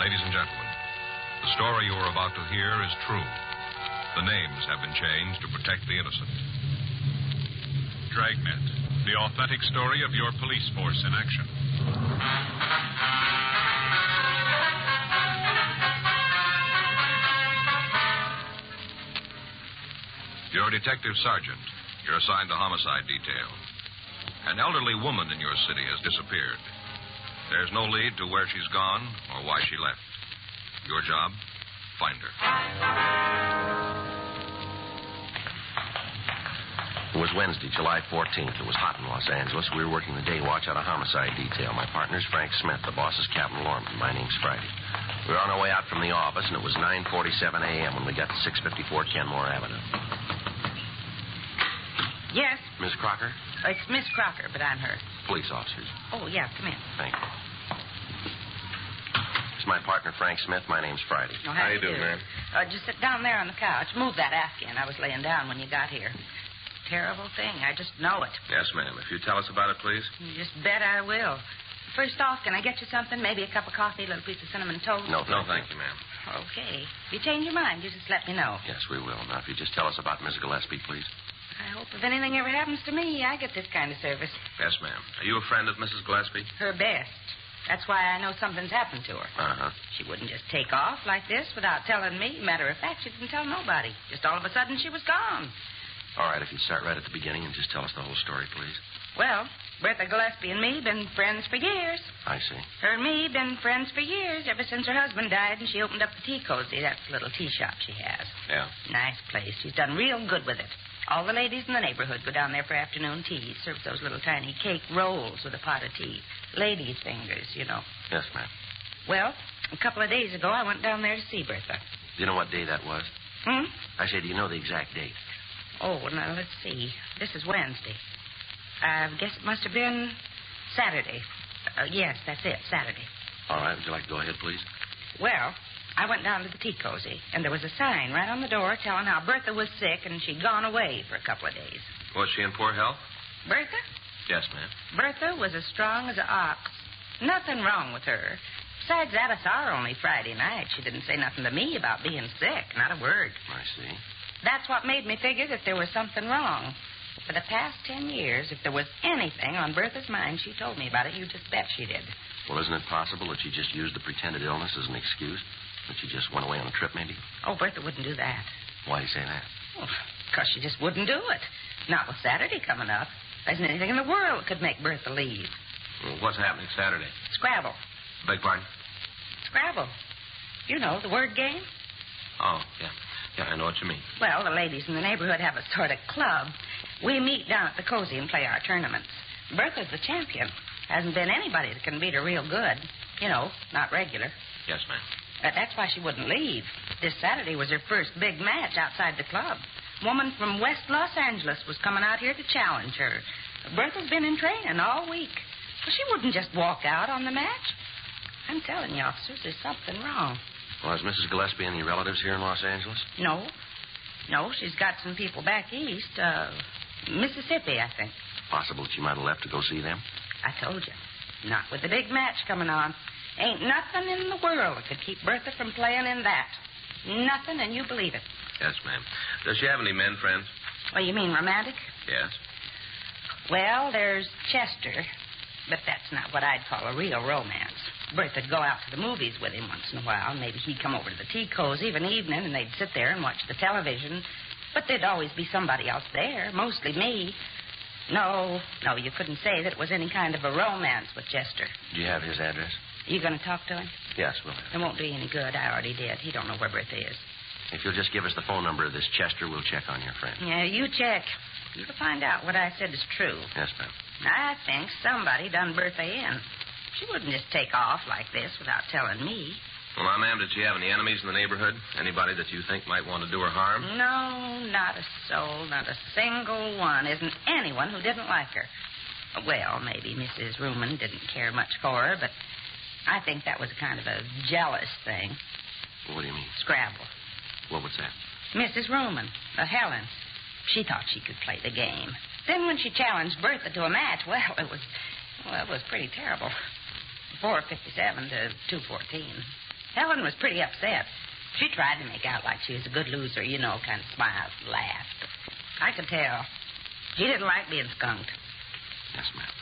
Ladies and gentlemen, the story you are about to hear is true. The names have been changed to protect the innocent. Dragnet, the authentic story of your police force in action. You're a detective sergeant. You're assigned to homicide detail. An elderly woman in your city has disappeared. There's no lead to where she's gone or why she left. Your job? Find her. It was Wednesday, July 14th. It was hot in Los Angeles. We were working the day watch out of homicide detail. My partner's Frank Smith. The boss is Captain Lorman. My name's Friday. We were on our way out from the office, and it was 9.47 a.m. when we got to 654 Kenmore Avenue. Yes, Miss Crocker? it's Miss Crocker, but I'm her. Police officers. Oh, yeah, come in. Thank you. It's my partner, Frank Smith. My name's Friday. Well, how, do you doing, ma'am? Uh, just sit down there on the couch. Move that afghan I was laying down when you got here. Terrible thing. I just know it. Yes, ma'am. If you tell us about it, please. You just bet I will. First off, can I get you something? Maybe a cup of coffee, a little piece of cinnamon toast? No, No, thank you, ma'am. Okay. If you change your mind, you just let me know. Yes, we will. Now, if you just tell us about Miss Gillespie, please. I hope if anything ever happens to me, I get this kind of service. Yes, ma'am. Are you a friend of Mrs. Gillespie? Her best. That's why I know something's happened to her. Uh-huh. She wouldn't just take off like this without telling me. Matter of fact, she didn't tell nobody. Just all of a sudden, she was gone. All right, if you'd start right at the beginning and just tell us the whole story, please. Well, Bertha Gillespie and me been friends for years. I see. Her and me been friends for years, ever since her husband died and she opened up the Tea Cozy, that little tea shop she has. Yeah. Nice place. She's done real good with it. All the ladies in the neighborhood go down there for afternoon tea. Serves those little tiny cake rolls with a pot of tea. Ladies' fingers, you know. Yes, ma'am. Well, a couple of days ago, I went down there to see Bertha. Do you know what day that was? Hmm? I say, do you know the exact date? Oh, well, now let's see. This is Wednesday. I guess it must have been Saturday. Uh, yes, that's it, Saturday. All right, would you like to go ahead, please? Well, I went down to the tea cozy, and there was a sign right on the door telling how Bertha was sick and she'd gone away for a couple of days. Was she in poor health? Bertha? Yes, ma'am. Bertha was as strong as an ox. Nothing wrong with her. Besides that, I saw her only Friday night. She didn't say nothing to me about being sick, not a word. I see. That's what made me figure that there was something wrong. For the past ten years, if there was anything on Bertha's mind, she told me about it. You just bet she did. Well, isn't it possible that she just used the pretended illness as an excuse? That she just went away on a trip, maybe? Oh, Bertha wouldn't do that. Why do you say that? Well, because she just wouldn't do it. Not with Saturday coming up. There isn't anything in the world that could make Bertha leave. Well, what's happening Saturday? Scrabble. Beg pardon? Scrabble. You know, the word game. Oh, yeah. Yeah, I know what you mean. Well, the ladies in the neighborhood have a sort of club. We meet down at the cozy and play our tournaments. Bertha's the champion. Hasn't been anybody that can beat her real good. You know, not regular. Yes, ma'am. But that's why she wouldn't leave. This Saturday was her first big match outside the club. Woman from West Los Angeles was coming out here to challenge her. Bertha's been in training all week. Well, she wouldn't just walk out on the match. I'm telling you, officers, there's something wrong. Well, is Mrs. Gillespie any relatives here in Los Angeles? No. No, she's got some people back east. Uh, Mississippi, I think. Possible that she might have left to go see them? I told you. Not with the big match coming on. Ain't nothing in the world that could keep Bertha from playing in that. Nothing, and you believe it. Yes, ma'am. Does she have any men friends? Oh, you mean romantic? Yes? Well, there's Chester, but that's not what I'd call a real romance. Bertha'd go out to the movies with him once in a while. Maybe he'd come over to the tea cozy of an evening, and they'd sit there and watch the television. But there'd always be somebody else there, mostly me. No, no, you couldn't say that it was any kind of a romance with Chester. Do you have his address? You going to talk to him? Yes, we'll have. It won't do you any good. I already did. He don't know where Bertha is. If you'll just give us the phone number of this Chester, we'll check on your friend. Yeah, you check. You'll find out what I said is true. Yes, ma'am. I think somebody done Bertha in. She wouldn't just take off like this without telling me. Well, now, ma'am, did she have any enemies in the neighborhood? Anybody that you think might want to do her harm? No, not a soul, not a single one. Isn't anyone who didn't like her. Well, maybe Mrs. Ruman didn't care much for her, but I think that was kind of a jealous thing. What do you mean? Scrabble. What was that? Mrs. Ruman, the uh, Helen. She thought she could play the game. Then when she challenged Bertha to a match, well, it was well, it was pretty terrible. Four fifty seven to two fourteen. Helen was pretty upset. She tried to make out like she was a good loser, you know, kind of smiled and laughed. I could tell. She didn't like being skunked. Yes, ma'am.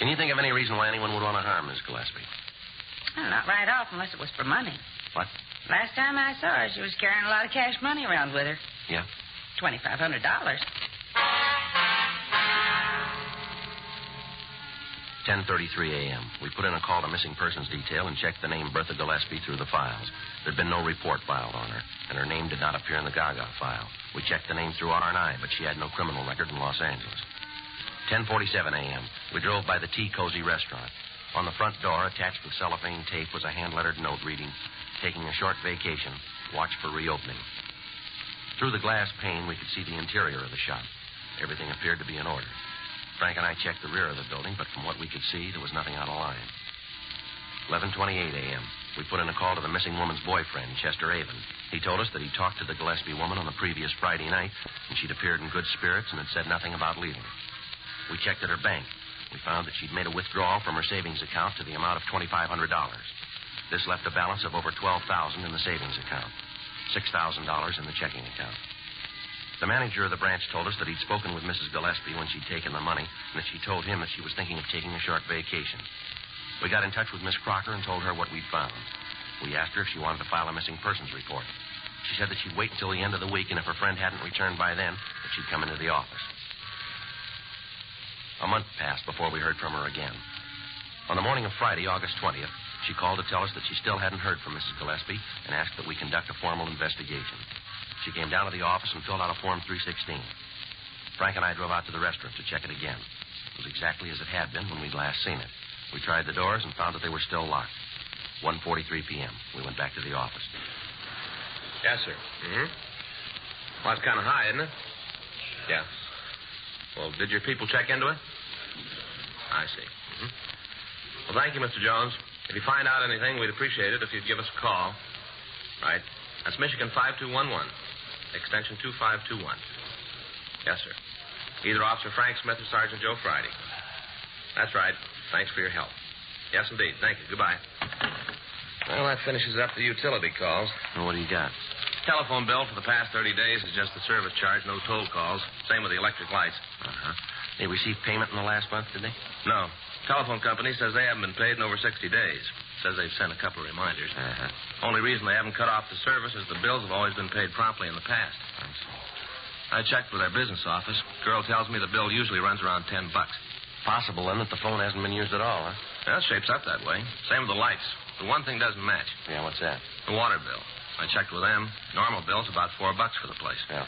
Can you think of any reason why anyone would want to harm Miss Gillespie? Well, not right off unless it was for money. What? Last time I saw her, she was carrying a lot of cash money around with her. Yeah? Twenty five hundred dollars. 10.33 a.m. We put in a call to missing persons detail and checked the name Bertha Gillespie through the files. There'd been no report filed on her, and her name did not appear in the Gaga file. We checked the name through R&I, but she had no criminal record in Los Angeles. 10.47 a.m. We drove by the Tea Cozy restaurant. On the front door, attached with cellophane tape, was a hand-lettered note reading, taking a short vacation, watch for reopening. Through the glass pane, we could see the interior of the shop. Everything appeared to be in order. Frank and I checked the rear of the building, but from what we could see, there was nothing out of line. 11:28 a.m. We put in a call to the missing woman's boyfriend, Chester Avon. He told us that he talked to the Gillespie woman on the previous Friday night, and she'd appeared in good spirits and had said nothing about leaving. We checked at her bank. We found that she'd made a withdrawal from her savings account to the amount of $2,500. This left a balance of over 12000 in the savings account, $6,000 in the checking account. The manager of the branch told us that he'd spoken with Mrs. Gillespie when she'd taken the money, and that she told him that she was thinking of taking a short vacation. We got in touch with Miss Crocker and told her what we'd found. We asked her if she wanted to file a missing persons report. She said that she'd wait until the end of the week, and if her friend hadn't returned by then, that she'd come into the office. A month passed before we heard from her again. On the morning of Friday, August 20th, she called to tell us that she still hadn't heard from Mrs. Gillespie and asked that we conduct a formal investigation. She came down to the office and filled out a Form 316. Frank and I drove out to the restaurant to check it again. It was exactly as it had been when we'd last seen it. We tried the doors and found that they were still locked. 1.43 p.m. We went back to the office. Yes, sir. Mm-hmm. Well, it's kind of high, isn't it? Yeah. Well, did your people check into it? I see. Mhm. Well, thank you, Mr. Jones. If you find out anything, we'd appreciate it if you'd give us a call. Right. That's Michigan 5211, extension 2521. Yes, sir. Either Officer Frank Smith or Sergeant Joe Friday. That's right. Thanks for your help. Yes, indeed. Thank you. Goodbye. Well, that finishes up the utility calls. what do you got? Telephone bill for the past 30 days is just the service charge, no toll calls. Same with the electric lights. Uh-huh. They received payment in the last month, did they? No. Telephone company says they haven't been paid in over 60 days. Says they've sent a couple of reminders. Uh-huh. Only reason they haven't cut off the service is the bills have always been paid promptly in the past. I checked with their business office. Girl tells me the bill usually runs around 10 bucks. Possible, then, that the phone hasn't been used at all, huh? That shapes up that way. Same with the lights. The one thing doesn't match Yeah, what's that? the water bill. I checked with them. Normal bill's about four bucks for the place. Yeah.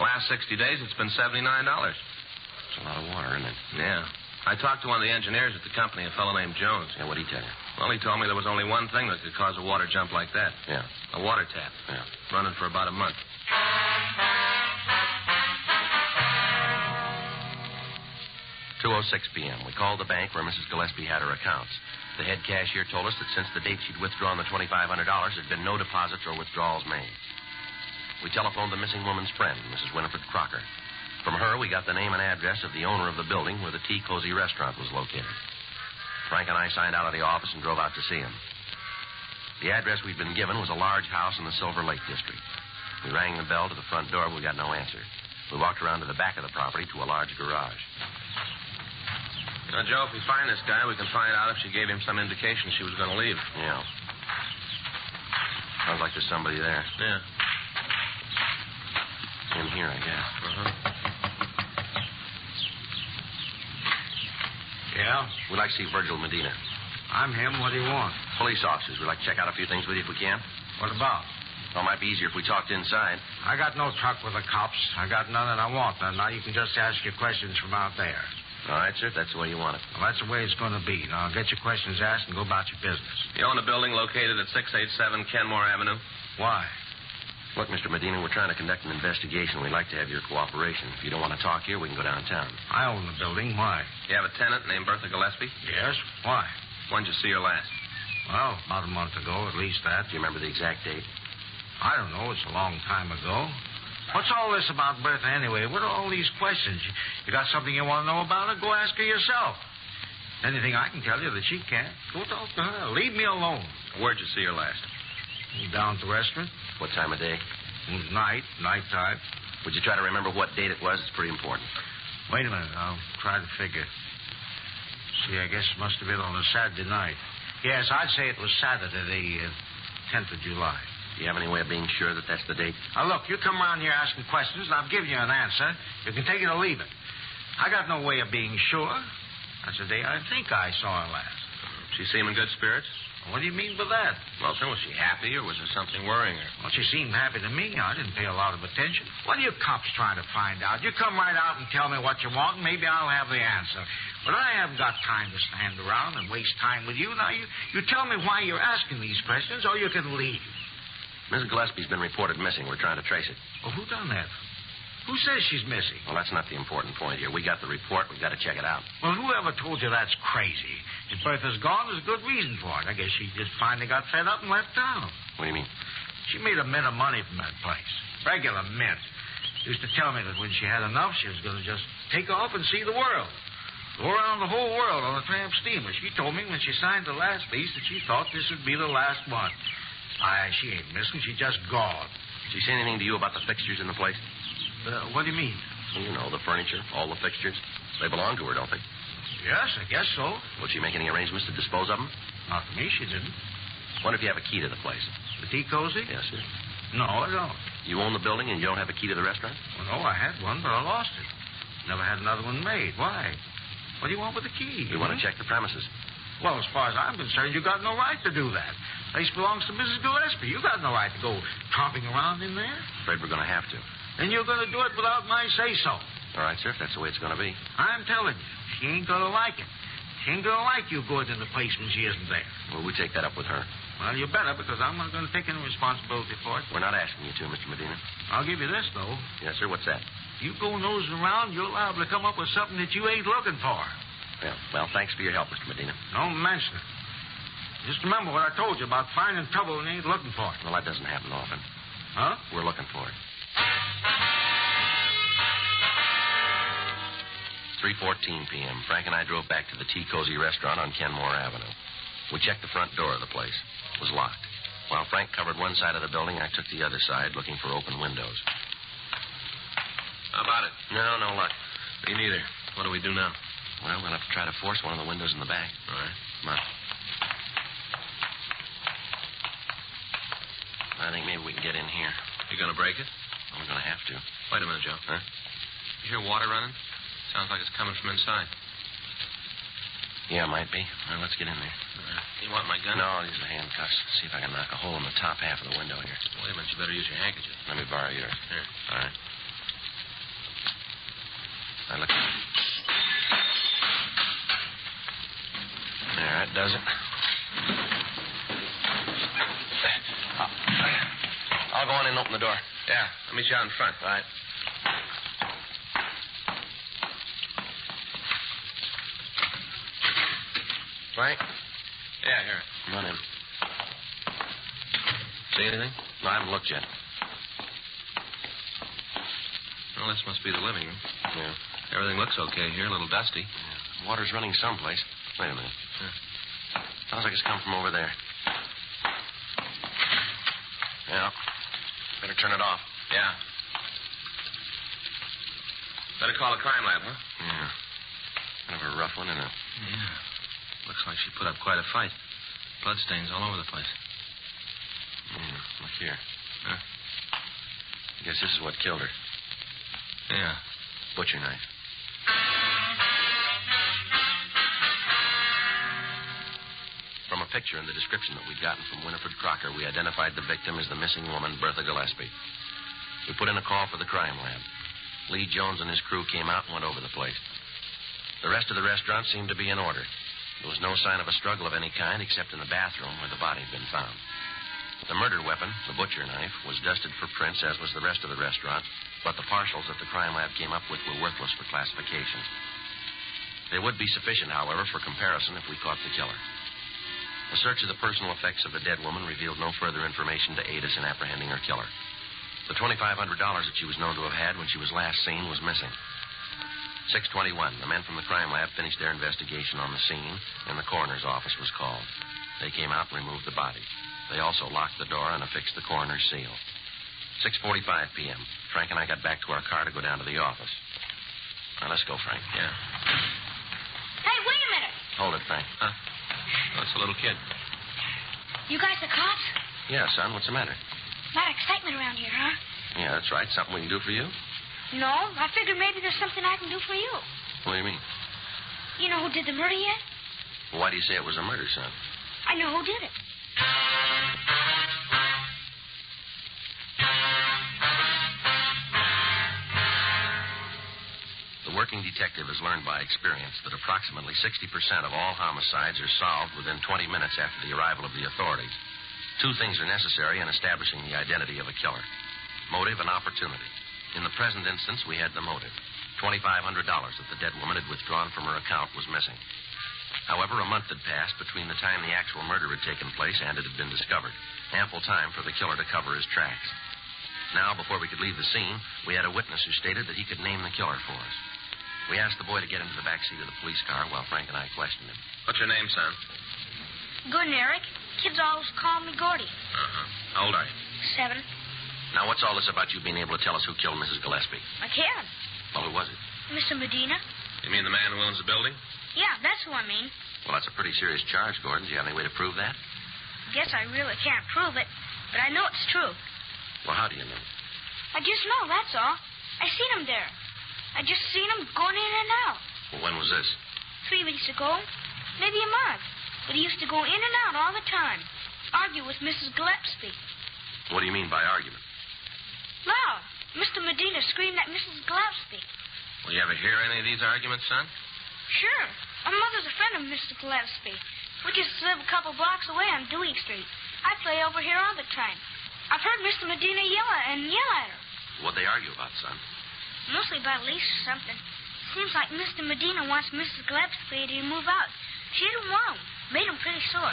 The last 60 days, it's been $79. It's a lot of water, isn't it? Yeah. I talked to one of the engineers at the company, a fellow named Jones. Yeah, what'd he tell you? Well, he told me there was only one thing that could cause a water jump like that Yeah, a water tap. yeah. Running for about a month. 2.06 p.m. We called the bank where Mrs. Gillespie had her accounts. The head cashier told us that since the date she'd withdrawn the $2,500, there'd been no deposits or withdrawals made. We telephoned the missing woman's friend, Mrs. Winifred Crocker. From her, we got the name and address of the owner of the building where the Tea Cozy restaurant was located. Frank and I signed out of the office and drove out to see him. The address we'd been given was a large house in the Silver Lake district. We rang the bell to the front door, but we got no answer. We walked around to the back of the property to a large garage. Now, Joe, if we find this guy, we can find out if she gave him some indication she was going to leave. Yeah. Sounds like there's somebody there. Yeah. In here, I guess. Uh-huh. Yeah? We'd like to see Virgil Medina. I'm him. What do you want? Police officers. We'd like to check out a few things with you if we can. What about? Well, it might be easier if we talked inside. I got no truck with the cops. I got nothing I want. Now, now you can just ask your questions from out there. All right, sir. if That's the way you want it. Well, that's the way it's going to be. Now, get your questions asked and go about your business. You own a building located at 687 Kenmore Avenue? Why? Look, Mr. Medina, we're trying to conduct an investigation. We'd like to have your cooperation. If you don't want to talk here, we can go downtown. I own the building. Why? You have a tenant named Bertha Gillespie? Yes. Why? When'd you see her last? Well, about a month ago, at least that. Do you remember the exact date? I don't know. It's a long time ago. What's all this about Bertha anyway? What are all these questions? You- You got something you want to know about her? Go ask her yourself. Anything I can tell you that she can't. Go talk to her. Leave me alone. Where'd you see her last? Down at the restaurant. What time of day? Night. Nighttime. Would you try to remember what date it was? It's pretty important. Wait a minute. I'll try to figure. See, I guess it must have been on a Saturday night. Yes, I'd say it was Saturday, the uh, 10th of July. Do you have any way of being sure that that's the date? Now, look, you come around here asking questions, and I'll give you an answer. You can take it or leave it. I got no way of being sure. That's the day I think I saw her last. She seem in good spirits? What do you mean by that? Well, sir, was she happy or was there something worrying her? Well, she seemed happy to me. I didn't pay a lot of attention. What are you cops trying to find out? You come right out and tell me what you want, and maybe I'll have the answer. But I haven't got time to stand around and waste time with you. Now, you, you tell me why you're asking these questions, or you can leave. Mrs. Gillespie's been reported missing. We're trying to trace it. Well, who done that? Who says she's missing? Well, that's not the important point here. We got the report. We've got to check it out. Well, whoever told you that's crazy? If Bertha's gone, there's a good reason for it. I guess she just finally got fed up and left town. What do you mean? She made a mint of money from that place. Regular mint. Used to tell me that when she had enough, she was going to just take off and see the world. Go around the whole world on a tramp steamer. She told me when she signed the last lease that she thought this would be the last one. Aye, she ain't missing. She just gone. Did she say anything to you about the fixtures in the place? Uh, what do you mean? Well, you know, the furniture, all the fixtures. They belong to her, don't they? Yes, I guess so. Will she make any arrangements to dispose of them? Not to me, she didn't. Wonder if you have a key to the place. The tea cozy? Yes, sir. No, I don't. You own the building and you don't have a key to the restaurant? Well, no, I had one, but I lost it. Never had another one made. Why? What do you want with the key? We want Mm-hmm. to check the premises. Well, as far as I'm concerned, you got no right to do that. Place belongs to Mrs. Gillespie. You got no right to go tromping around in there. Afraid we're going to have to. And you're going to do it without my say so. All right, sir, if that's the way it's going to be. I'm telling you, she ain't going to like it. She ain't going to like you going in the place when she isn't there. Well, we take that up with her. Well, you better, because I'm not going to take any responsibility for it. We're not asking you to, Mr. Medina. I'll give you this, though. Yes, sir, what's that? You go nosing around, you're liable to come up with something that you ain't looking for. Yeah. Well, thanks for your help, Mr. Medina. Don't mention it. Just remember what I told you about finding trouble when you ain't looking for it. Well, that doesn't happen often. Huh? We're looking for it. 3.14 p.m. Frank and I drove back to the Tea Cozy restaurant on Kenmore Avenue. We checked the front door of the place. It was locked. While Frank covered one side of the building, I took the other side, looking for open windows. How about it? No, no luck. Me neither. What do we do now? Well, we'll have to try to force one of the windows in the back. All right. Come on. I think maybe we can get in here. You gonna break it? We're going to have to. Wait a minute, Joe. Huh? You hear water running? Sounds like it's coming from inside. Yeah, might be. Well, let's get in there. You want my gun? No, I'll use the handcuffs. See if I can knock a hole in the top half of the window here. Wait a minute. You better use your handkerchief. Let me borrow yours. Here. All right. I look. There, that does it. I'll go on in and open the door. Yeah. Let me see out in front. All right. Frank, Yeah, here. come on in. See anything? No, I haven't looked yet. Well, this must be the living room. Yeah. Everything looks okay here. A little dusty. Water's running someplace. Wait a minute. Sounds like it's come from over there. Yeah. Better turn it off. Yeah. Better call the crime lab, huh? Yeah. Kind of a rough one, isn't it? Yeah. Looks like she put up quite a fight. Bloodstains all over the place. Yeah. Look here. Huh? I guess this is what killed her. Yeah. Butcher knife. From a picture and the description that we'd gotten from Winifred Crocker, we identified the victim as the missing woman, Bertha Gillespie. We put in a call for the crime lab. Lee Jones and his crew came out and went over the place. The rest of the restaurant seemed to be in order. There was no sign of a struggle of any kind except in the bathroom where the body had been found. The murder weapon, the butcher knife, was dusted for prints, as was the rest of the restaurant, but the parcels that the crime lab came up with were worthless for classification. They would be sufficient, however, for comparison if we caught the killer. A search of the personal effects of the dead woman revealed no further information to aid us in apprehending her killer. The $2,500 that she was known to have had when she was last seen was missing. 621, the men from the crime lab finished their investigation on the scene, and the coroner's office was called. They came out and removed the body. They also locked the door and affixed the coroner's seal. 6.45 p.m. Frank and I got back to our car to go down to the office. Now, let's go, Frank. Yeah. Hey, wait a minute. Hold it, Frank. Huh? Oh, it's a little kid. You guys the cops? Yeah, son, what's the matter? A lot of excitement around here, huh? Yeah, that's right. Something we can do for you? No, I figured maybe there's something I can do for you. What do you mean? You know who did the murder yet? Why do you say it was a murder, son? I know who did it. The working detective has learned by experience that approximately 60% of all homicides are solved within 20 minutes after the arrival of the authorities. Two things are necessary in establishing the identity of a killer motive and opportunity. In the present instance, we had the motive. $2,500 that the dead woman had withdrawn from her account was missing. However, a month had passed between the time the actual murder had taken place and it had been discovered. Ample time for the killer to cover his tracks. Now, before we could leave the scene, we had a witness who stated that he could name the killer for us. We asked the boy to get into the back seat of the police car while Frank and I questioned him. What's your name, son? Gordon Eric. Kids always call me Gordy. Uh-huh. How old are you? Seven. Now, what's all this about you being able to tell us who killed Mrs. Gillespie? I can. Well, who was it? Mr. Medina? You mean the man who owns the building? Yeah, that's who I mean. Well, that's a pretty serious charge, Gordon. Do you have any way to prove that? Guess I really can't prove it, but I know it's true. Well, how do you know? I just know, that's all. I seen him there. I just seen him going in and out. Well, when was this? Three weeks ago, maybe a month. But he used to go in and out all the time. Argue with Mrs. Gillespie. What do you mean by argument? Loud. Mr. Medina screamed at Mrs. Gillespie. Will you ever hear any of these arguments, son? Sure. My mother's a friend of Mr. Gillespie. We just live a couple blocks away on Dewey Street. I play over here all the time. I've heard Mr. Medina yell at and yell at her. What they argue about, son? Mostly about lease or something. Seems like Mr. Medina wants Mrs. Gillespie to move out. She didn't want him. Made him pretty sore.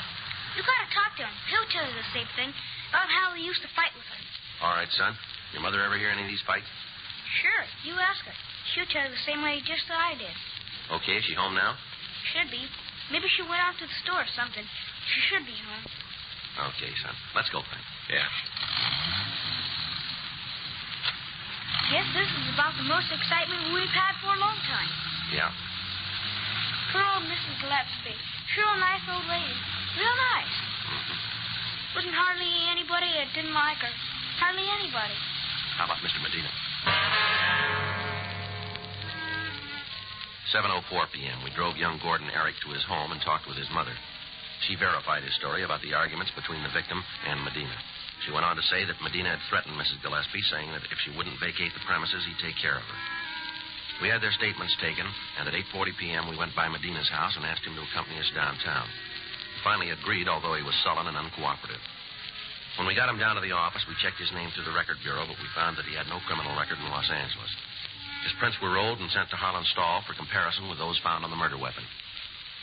You gotta talk to him. He'll tell you the same thing about how he used to fight with her. All right, son. Your mother ever hear any of these fights? Sure, you ask her. She'll tell you the same way just that I did. Okay, is she home now? Should be. Maybe she went out to the store or something. She should be home. Okay, son. Let's go, Frank. Yeah. Guess this is about the most excitement we've had for a long time. Yeah. Poor old Mrs. Gillespie. Sure a nice old lady. Real nice. Wasn't hardly anybody that didn't like her. Hardly anybody. How about Mr. Medina? 7.04 p.m., we drove young Gordon Eric to his home and talked with his mother. She verified his story about the arguments between the victim and Medina. She went on to say that Medina had threatened Mrs. Gillespie, saying that if she wouldn't vacate the premises, he'd take care of her. We had their statements taken, and at 8.40 p.m., we went by Medina's house and asked him to accompany us downtown. Finally agreed, although he was sullen and uncooperative. When we got him down to the office, we checked his name through the record bureau, but we found that he had no criminal record in Los Angeles. His prints were rolled and sent to Harlan Stahl for comparison with those found on the murder weapon.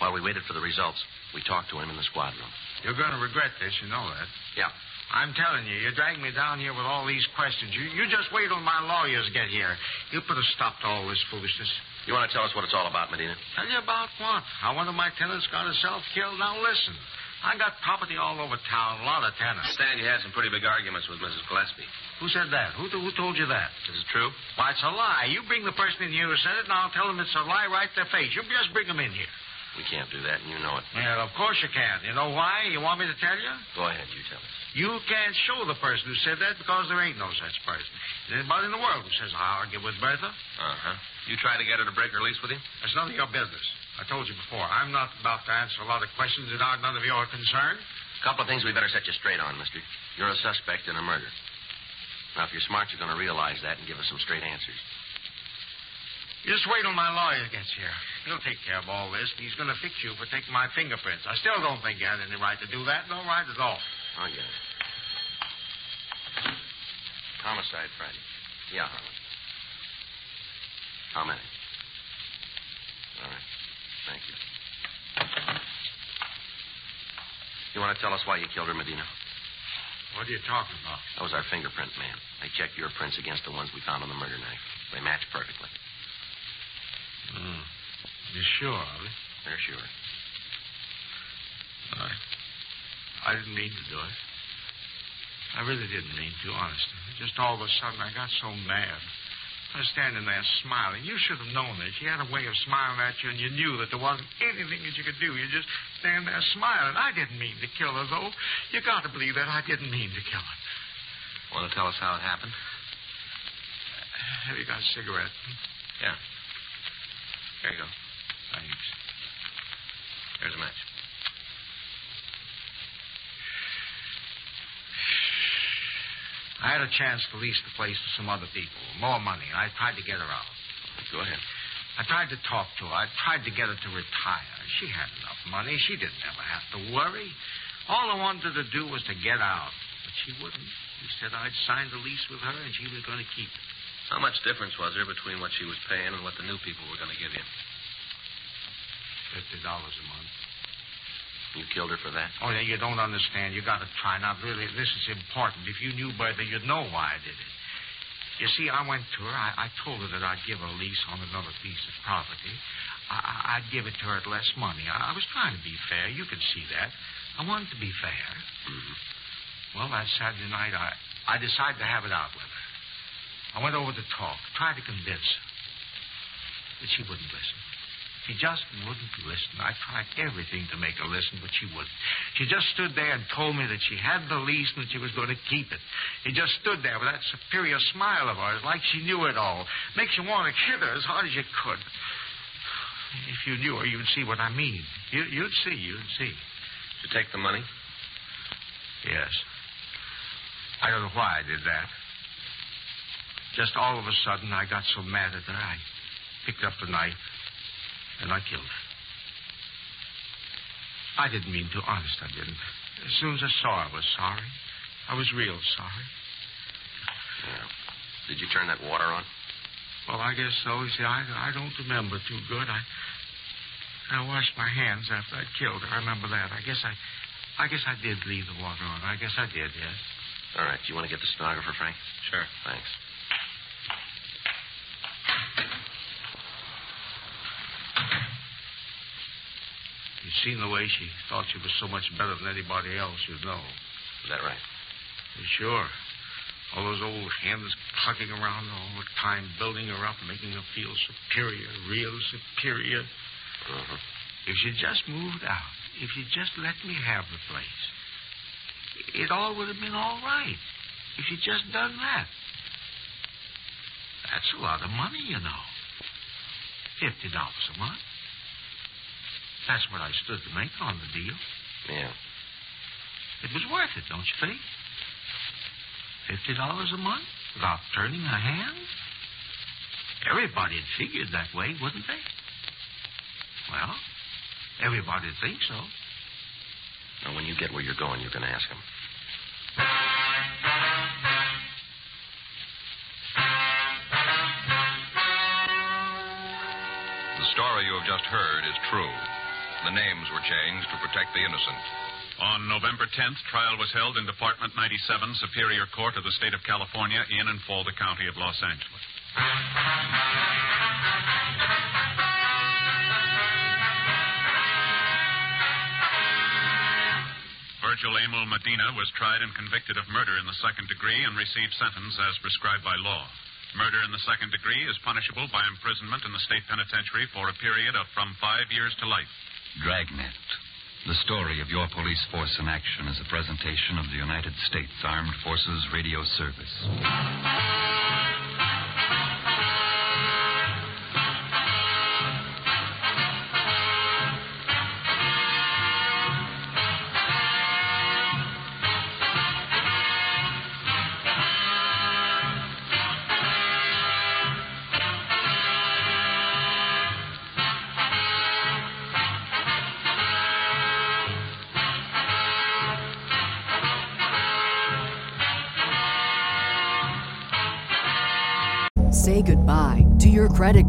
While we waited for the results, we talked to him in the squad room. You're going to regret this, you know that. Yeah. I'm telling you, you dragged me down here with all these questions. You, you just wait till my lawyers get here. You put a stop to all this foolishness. You want to tell us what it's all about, Medina? Tell you about what? How one of my tenants got herself killed? Now listen. I got property all over town, a lot of tenants. Stan, you had some pretty big arguments with Mrs. Gillespie. Who said that? Who, who told you that? Is it true? Why, it's a lie. You bring the person in here who said it, and I'll tell them it's a lie right to their face. You just bring them in here. We can't do that, and you know it. Well, of course you can. You know why? You want me to tell you? Go ahead, you tell us. You can't show the person who said that because there ain't no such person. There's anybody in the world who says I argue with Bertha. Uh huh. You tried to get her to break her lease with him? That's none of your business. I told you before, I'm not about to answer a lot of questions that are none of your concern. A couple of things we better set you straight on, mister. You're a suspect in a murder. Now, if you're smart, you're going to realize that and give us some straight answers. You just wait till my lawyer gets here. He'll take care of all this, and he's going to fix you for taking my fingerprints. I still don't think you had any right to do that. No right at all. I get it. Homicide Friday. Yeah, Harlan. How many? All right. Thank you. You want to tell us why you killed her, Medina? What are you talking about? That was our fingerprint man. They checked your prints against the ones we found on the murder knife. They match perfectly. Mm. You sure, Ollie? They're sure. All right. I didn't mean to do it. I really didn't mean to, honestly. Just all of a sudden, I got so mad. I was standing there smiling. You should have known that. She had a way of smiling at you, and you knew that there wasn't anything that you could do. You just stand there smiling. I didn't mean to kill her, though. You got to believe that I didn't mean to kill her. Want to tell us how it happened? Have you got a cigarette? Yeah. Here you go. Thanks. Here's a match. I had a chance to lease the place to some other people, more money. I tried to get her out. Go ahead. I tried to talk to her. I tried to get her to retire. She had enough money. She didn't ever have to worry. All I wanted her to do was to get out. But she wouldn't. He said I'd signed the lease with her and she was going to keep it. How much difference was there between what she was paying and what the new people were going to give you? Fifty dollars a month. You killed her for that? Oh, yeah, you don't understand. You gotta try. Now, really, this is important. If you knew Bertha, you'd know why I did it. You see, I went to her. I, I told her that I'd give her a lease on another piece of property. I, I, I'd give it to her at less money. I, I was trying to be fair. You could see that. I wanted to be fair. Well, that Saturday night, I, I decided to have it out with her. I went over to talk, tried to convince her. But she wouldn't listen. She just wouldn't listen. I tried everything to make her listen, but she wouldn't. She just stood there and told me that she had the lease and that she was going to keep it. She just stood there with that superior smile of hers, like she knew it all. Makes you want to hit her as hard as you could. If you knew her, you'd see what I mean. You, you'd see, you'd see. Did you take the money? Yes. I don't know why I did that. Just all of a sudden, I got so mad at her, I picked up the knife and I killed her. I didn't mean to, honest, I didn't. As soon as I saw her, I was sorry. I was real sorry. Yeah. Did you turn that water on? Well, I guess so. You see, I, I don't remember too good. I I washed my hands after I killed her. I remember that. I guess I I guess I did leave the water on. I guess I did, yes. All right. Do you want to get the stenographer, Frank? Sure. Thanks. You'd seen the way she thought she was so much better than anybody else, you'd know. Is that right? Sure. All those old hens clucking around all the time, building her up, making her feel superior, real superior. Uh-huh. If she just moved out, if she just let me have the place, it all would have been all right. If she just done that. That's a lot of money, you know. Fifty dollars a month. That's what I stood to make on the deal. Yeah. It was worth it, don't you think? Fifty dollars a month without turning a hand? Everybody had figured that way, wouldn't they? Well, everybody thinks so. Now, when you get where you're going, you can ask him. The story you have just heard is true. The names were changed to protect the innocent. On November 10th, trial was held in Department 97, Superior Court of the State of California, in and for the County of Los Angeles. Julaimul Medina was tried and convicted of murder in the second degree and received sentence as prescribed by law. Murder in the second degree is punishable by imprisonment in the state penitentiary for a period of from five years to life. Dragnet. The story of your police force in action is a presentation of the United States Armed Forces Radio Service. Say goodbye to your credit